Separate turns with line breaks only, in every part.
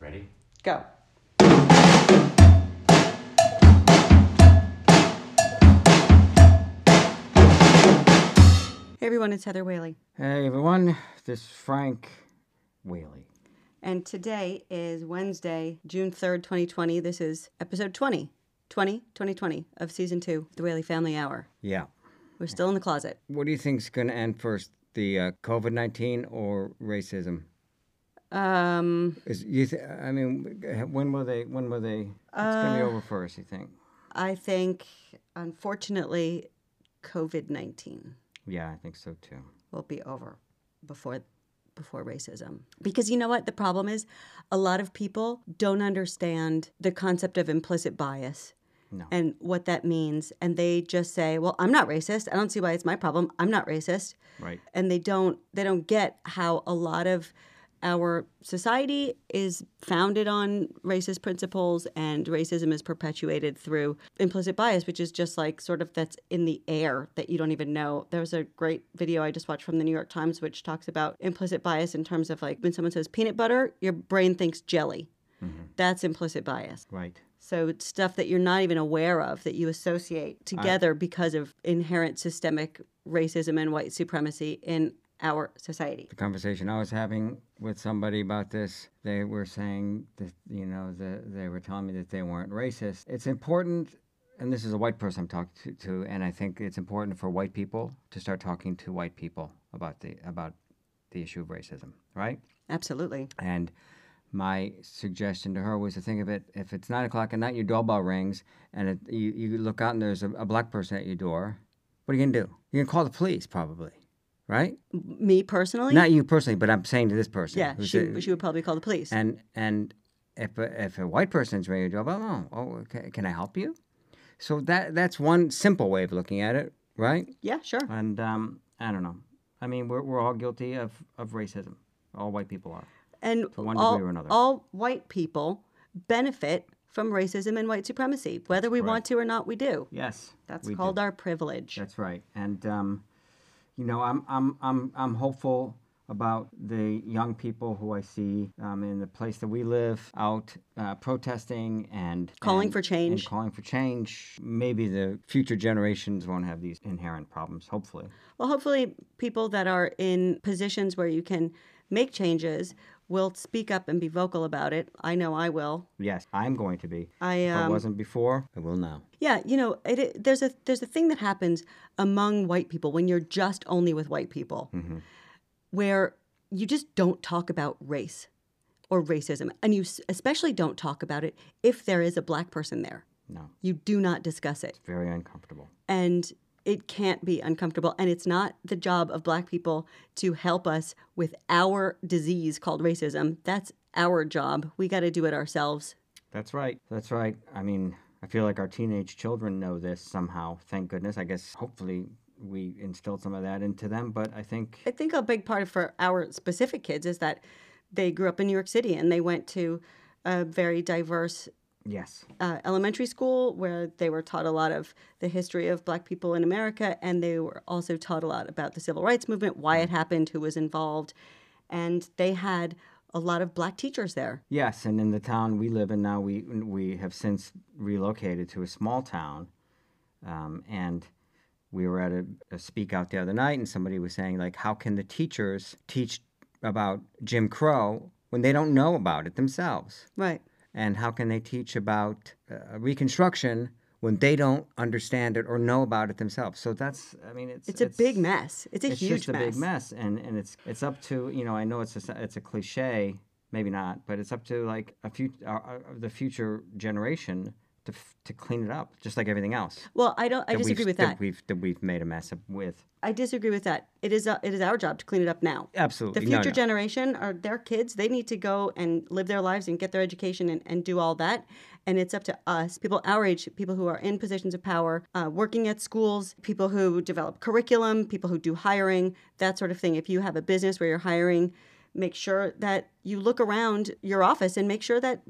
Ready?
Go. Hey everyone, it's Heather Whaley,
Hey everyone, this is Frank Whaley.
and today is Wednesday, June 3rd, 2020. This is episode 20, 20, 2020 of season two, The Whaley Family Hour.
Yeah.
We're still in the closet.
What do you think's going to end first, the uh, COVID nineteen or racism?
Um,
Is you? Th- I mean, when will they? When will they? It's going to be over first. You think?
I think, unfortunately, COVID 19.
Yeah, I think so too.
will be over before before racism. Because you know what the problem is? A lot of people don't understand the concept of implicit bias
No.
and what that means and they just say, "Well, I'm not racist. I don't see why it's my problem. I'm not racist."
Right.
And they don't they don't get how a lot of our society is founded on racist principles and racism is perpetuated through implicit bias which is just like sort of that's in the air that you don't even know there was a great video i just watched from the new york times which talks about implicit bias in terms of like when someone says peanut butter your brain thinks jelly that's implicit bias
Right.
so it's stuff that you're not even aware of that you associate together because of inherent systemic racism and white supremacy in our society
The conversation I was having with somebody about this, they were saying that you know the, they were telling me that they weren't racist. It's important, and this is a white person I'm talking to, to, and I think it's important for white people to start talking to white people about the about the issue of racism, right?
absolutely
And my suggestion to her was to think of it if it's nine o'clock at night, your doorbell rings, and it, you, you look out and there's a, a black person at your door. What are you gonna do? You're gonna call the police, probably, right?
me personally
Not you personally, but I'm saying to this person.
Yeah,
who's
she,
a-
she would probably call the police.
and and if a, if a white person's ringing your doorbell, oh, oh okay, can I help you? So that that's one simple way of looking at it, right?
yeah, sure.
And um, I don't know. I mean, we're we're all guilty of of racism. All white people are.
And
one
all,
degree or another.
all white people benefit from racism and white supremacy, whether we want to or not. We do.
Yes,
That's
we do.
called our privilege.
That's right. And um, you know, I'm I'm I'm I'm hopeful about the young people who I see um, in the place that we live out uh, protesting and
Calling
and-
for change.
And calling for change. Maybe the future generations won't have these inherent problems. Hopefully,
Well, hopefully, people that are in positions where you can make changes will speak up and be vocal about it. I know I will.
yes, I'm going to be.
I
if I
um,
wasn't before, I will now.
Yeah, you know, it, it, there's a there's a thing that happens among white people when you're just only with white people, where you just don't talk about race or racism, and you s- especially don't talk about it if there is a black person there.
No,
You do not discuss it,
very uncomfortable.
and it can't be uncomfortable. And it's not the job of black people to help us with our disease called racism. That's our job. We got to do it ourselves.
That's right. That's right. I mean, I feel like our teenage children know this somehow. Thank goodness. I guess hopefully we instilled some of that into them, but I think
I think a big part of for our specific kids is that they grew up in New York City and they went to a very diverse
yes.
uh, elementary school where they were taught a lot of the history of black people in America and they were also taught a lot about the civil rights movement, why
Mm.
it happened, who was involved. And they had a lot of black teachers there.
Yes, and in the town we live in now, we we have since relocated to a small town, um, and we were at a, a speak out the other night, and somebody was saying like, how can the teachers teach about Jim Crow when they don't know about it themselves?
Right.
And how can they teach about uh, Reconstruction when they don't understand it or know about it themselves? So that's, I mean, it's
It's, a big mess. It's a
it's
huge
just a big mess, and and it's it's up to you know I know it's a it's a cliche, maybe not, but it's up to like a few uh, uh, the future generation to f- to clean it up, just like everything else.
Well, I don't I
we've-
disagree with that.
we've that we've made a mess of with.
I disagree with that. It is uh it is our job to clean it up now.
Absolutely,
the future generation or their kids they need to go and live their lives and get their education and, and do all that and it's up to us people our age people who are in positions of power uh, working at schools people who develop curriculum people who do hiring that sort of thing if you have a business where you're hiring make sure that you look around your office and make sure that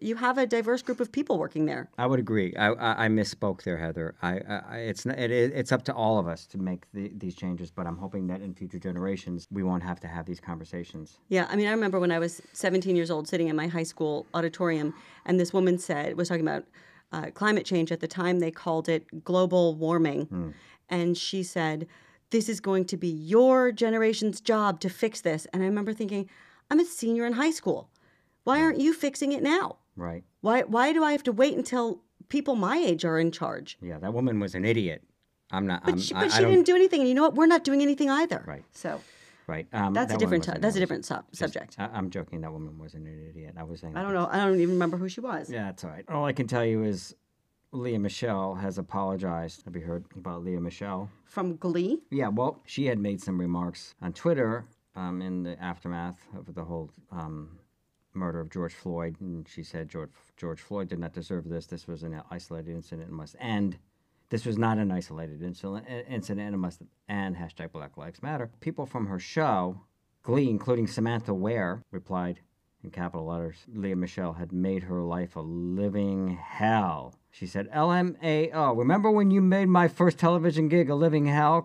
you have a diverse group of people working there.
I would agree. I, I, I misspoke there, Heather. I, I I- it's not, it, is- it's up to all of us to make the, these changes, but I'm hoping that in future generations we won't have to have these conversations.
Yeah, I mean, I remember when I was 17 years old sitting in my high school auditorium, and this woman said, was talking about uh, climate change. At the time, they called it global warming.
Hmm.
And she said, This is going to be your generation's job to fix this. And I remember thinking, I'm a senior in high school.
Hmm.
Why aren't you fixing it now?
Right?
Why, why do I have to wait until people my age are in charge?
Yeah. That woman was an idiot. I'm not. I'm,
But she,
I-
but
I
she
don't-
didn't do anything. And you know what? We're not doing anything either.
Right.
So
Right. Um,
that's
that
a
woman
different.
was
To-
an
that's a
idiot.
different sub- subject.
I, I'm joking. That woman wasn't an idiot. I was saying.
I don't know. I don't even remember who she was.
Yeah, that's all right. All I can tell you is Leah Michelle has apologized. Have you heard about Leah Michelle?
From Glee.
Yeah, well, she had made some remarks on Twitter um, in the aftermath of the whole um, murder of George Floyd, and she said George George Floyd did not deserve this. This was an isolated incident and must end. This was not an isolated incident incident and must end. Hashtag Black Lives Matter. People from her show, Glee, including Samantha Ware, replied in capital letters. Leah Michelle had made her life a living hell. She said, LMAO, remember when you made my first television gig a living hell?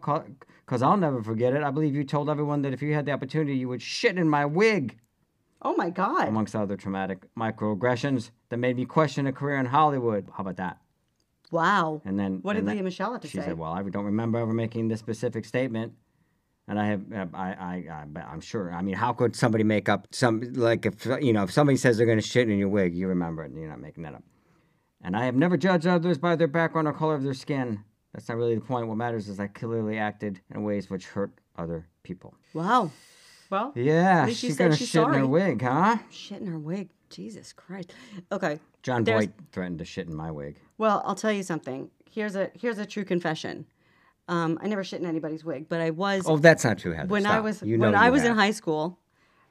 Because I'll never forget it. I believe you told everyone that if you had the opportunity, you would shit in my wig
Oh my God.
amongst other traumatic microaggressions that made me question a career in Hollywood. How about that?
Wow.
And then
What
and
did
that-
Leah Michelle have to
She
say?
said, "Well, I don't remember ever making this specific statement." And I have, uh, I, I, I, but I'm sure. I mean, how could somebody make up some like if you know if somebody says they're going to shit in your wig, you remember it, and you're not making that up. And I have never judged others by their background or color of their skin. That's not really the point. What matters is I clearly acted in ways which hurt other people.
wow. Well,
Yeah,
At least she
she's
said
gonna
she's
shit in her
sorry.
wig, huh?
shit in her wig. Jesus Christ. Okay.
John
There's-
Boyd threatened to shit in my wig.
Well, I'll tell you something. Here's a here's a true confession. Um, I never shit in anybody's wig, but I was
Oh, that's not true, Heather.
when I
Stop.
was
you know
when
you
I was in
have.
high school,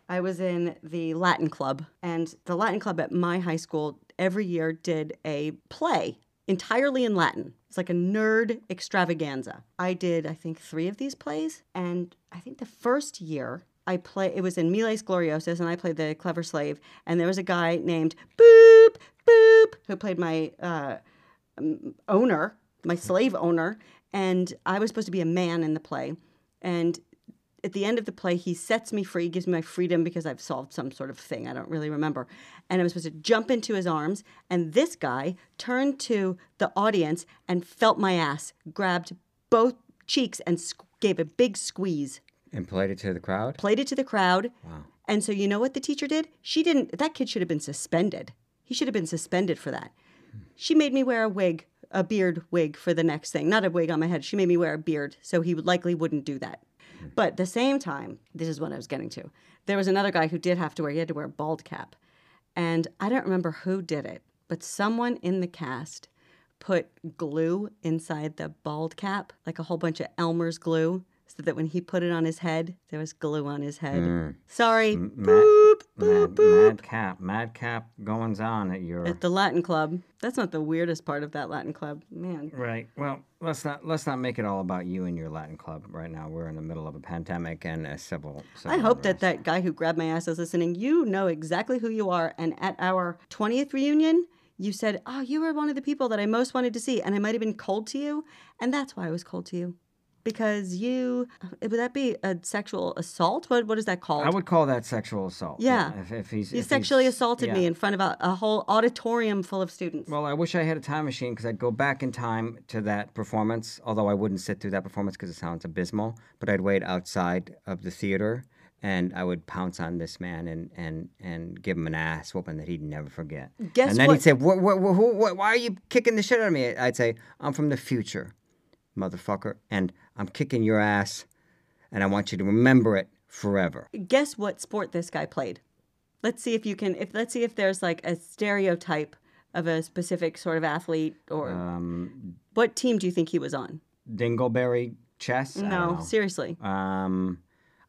I was in the Latin club, and the Latin club at my high school every year did a play entirely in Latin. It's like a nerd extravaganza. I did I think three of these plays, and I think the first year I play it was in Miles Gloriosus, and I played the clever slave, and there was a guy named Boop Boop who played my. Uh, owner, my slave owner, and I was supposed to be a man in the play. And at the end of the play, he sets me free, gives me my freedom because I've solved some sort of thing. I don't really remember. And I was supposed to jump into his arms. And this guy turned to the audience and felt my ass, grabbed both cheeks, and squ- gave a big squeeze,
and played it to the crowd.
played it to the crowd.
Wow.
And so you know what the teacher did? She didn't. That kid should have been suspended. He should have been suspended for that. She made me wear a wig, a beard wig for the next thing. Not a wig on my head. She made me wear a beard, so he would likely wouldn't do that. But at the same time, this is what I was getting to. There was another guy who did have to wear. He had to wear a bald cap, and I don't remember who did it, but someone in the cast put glue inside the bald cap, like a whole bunch of Elmer's glue, so that when he put it on his head, there was glue on his head. Sorry,
Hmm.
boop, boop,
Mad,
boop.
madcap, madcap goings on at your
At the Latin club. That's not the weirdest part of that Latin club. Man.
right. Well, let's not let's not make it all about you and your Latin club right now. We're in the middle of a pandemic and a civil.
I hope that that guy who grabbed my ass is listening. You know exactly who you are. And at our 20th reunion, you said, Oh, you were one of the people that I most wanted to see. And I might have been cold to you. And that's why I was cold to you. Because you, uh, would that be a sexual assault? What, what is that called?
I would call that sexual assault.
Yeah.
If, if he's
you
if
sexually
he's-
assaulted
yeah.
me in front of a, a whole auditorium full of students.
Well, I wish I had a time machine because I'd go back in time to that performance, although I wouldn't sit through that performance because it sounds abysmal. But I'd wait outside of the theater and I would pounce on this man and, and, and give him an ass whooping that he'd never forget.
Guess
and then
what-
he'd say, what, what, who what, Why are you kicking the shit out of me? I'd say, I'm from the future, motherfucker, and I'm kicking your ass and I want you to remember it forever.
guess what sport this guy played let's see if you can if let's see if there's like a stereotype of a specific sort of athlete or
Um,
what team do you think he was on
Dingleberry chess? I don't
no
know.
seriously
Um,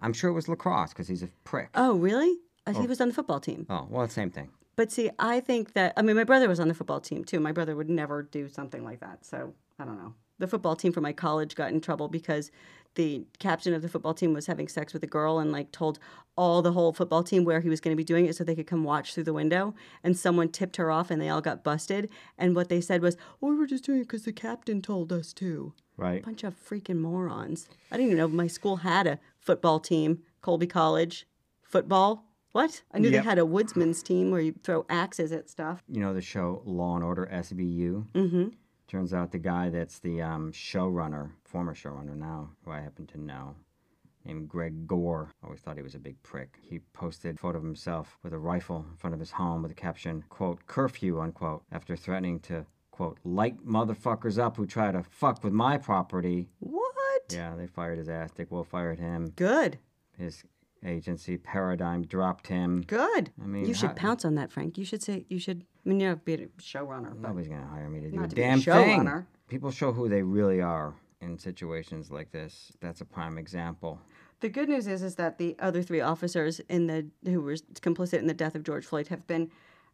I'm sure it was lacrosse because he's a prick.
oh really Uh, he was on the football team
Oh, well, same thing.
but see i think that i mean my brother was on the football team too my brother would never do something like that so i don't know the football team for my college got in trouble because the captain of the football team was having sex with a girl and like told all the whole football team where he was going to be doing it so they could come watch through the window and someone tipped her off and they all got busted and what they said was oh, we were just doing it because the captain told us to
right?
bunch of freaking morons i didn't even know my school had a football team colby college football what i knew
Yep.
they had a woodsman's team where you throw axes at stuff
You know the show Law and Order SVU.
mm-hmm
Turns out the guy that's the um, showrunner, former showrunner now, who I happen to know, named Greg Gore. Always thought he was a big prick. He posted a photo of himself with a rifle in front of his home with the caption, quote, curfew, unquote, after threatening to, quote, light motherfuckers up who try to fuck with my property.
what
Yeah, they fired his ass. Dick Will fired him.
good
His agency, Paradigm, dropped him.
good
I mean,
you should
how-
pounce on that frank you should say you should i mean you're be a showrunner but
Nobody's gonna hire me to do
Not
a
to be a
damn thing.
showrunner.
People show who they really are in situations like this. That's a prime example.
The good news is is that the other three officers in the who were complicit in the death of George Floyd have been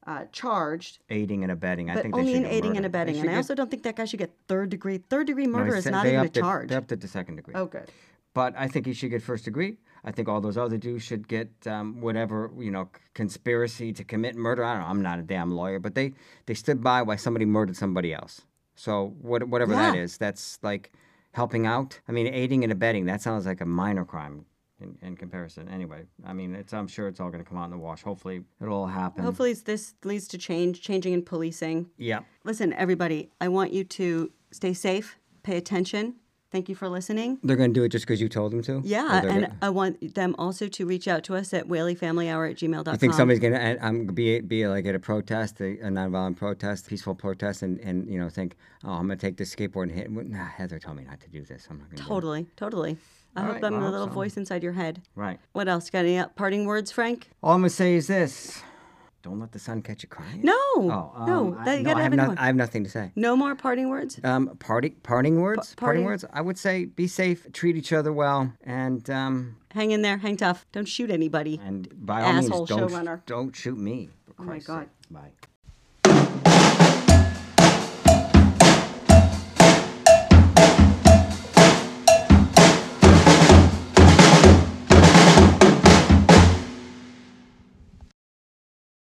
uh, charged,
Aiding and abetting. I
but
think
only
they should
in
get
aiding
murdered.
and
They
abetting.
should
And I
get-
also don't think that guy should get third degree. Third degree
no,
murder
they
is
said
not
they
even a
upped it-
charge.
They upped it to second degree.
Oh, good.
But I think he should get first degree. I think all those other dudes should get um, whatever you know c- conspiracy to commit murder. I don't know. I'm not a damn lawyer, but they they stood by while somebody murdered somebody else. So what, whatever that
Yeah.
is, that's like helping out. I mean, aiding and abetting. That sounds like a minor crime in, in comparison. Anyway, I mean, it's I'm sure it's all going to come out in the wash. Hopefully, it'll all happen.
Hopefully, it's- this leads to change, changing in policing.
Yeah.
Listen, everybody, I want you to stay safe, pay attention. Thank you for listening.
They're going to do it just because you told them to.
Yeah, and I want them also to reach out to us at whaleyfamilyhour at gmail.com.
I think somebody's
Um,
gonna and I'm gonna be be like at a protest, a, a nonviolent protest, peaceful protest, and and you know think, oh, I'm gonna take this skateboard and hit. Nah, Heather told me not to do this. I'm not gonna. Do
Totally, totally. I
All
hope
right,
I'm
well, I
the
hope
little
so.
voice inside your head.
it. Right.
What else? Got any uh, parting words, Frank?
All I'm gonna say is this: Don't let the sun catch you crying.
No.
Oh, um,
no.
I,
that- you
no,
gotta have
I have
a new
noth-
one.
I have nothing to say.
No more parting words.
Um, party, parting words,
parting-
parting words. I would say be safe, treat each other well, and um,
Hang in there. Hang tough. Don't shoot anybody.
and by all
Asshole
means, don't
showrunner. Oh
don't shoot me. For
my
Christ's
God.
sake. Bye.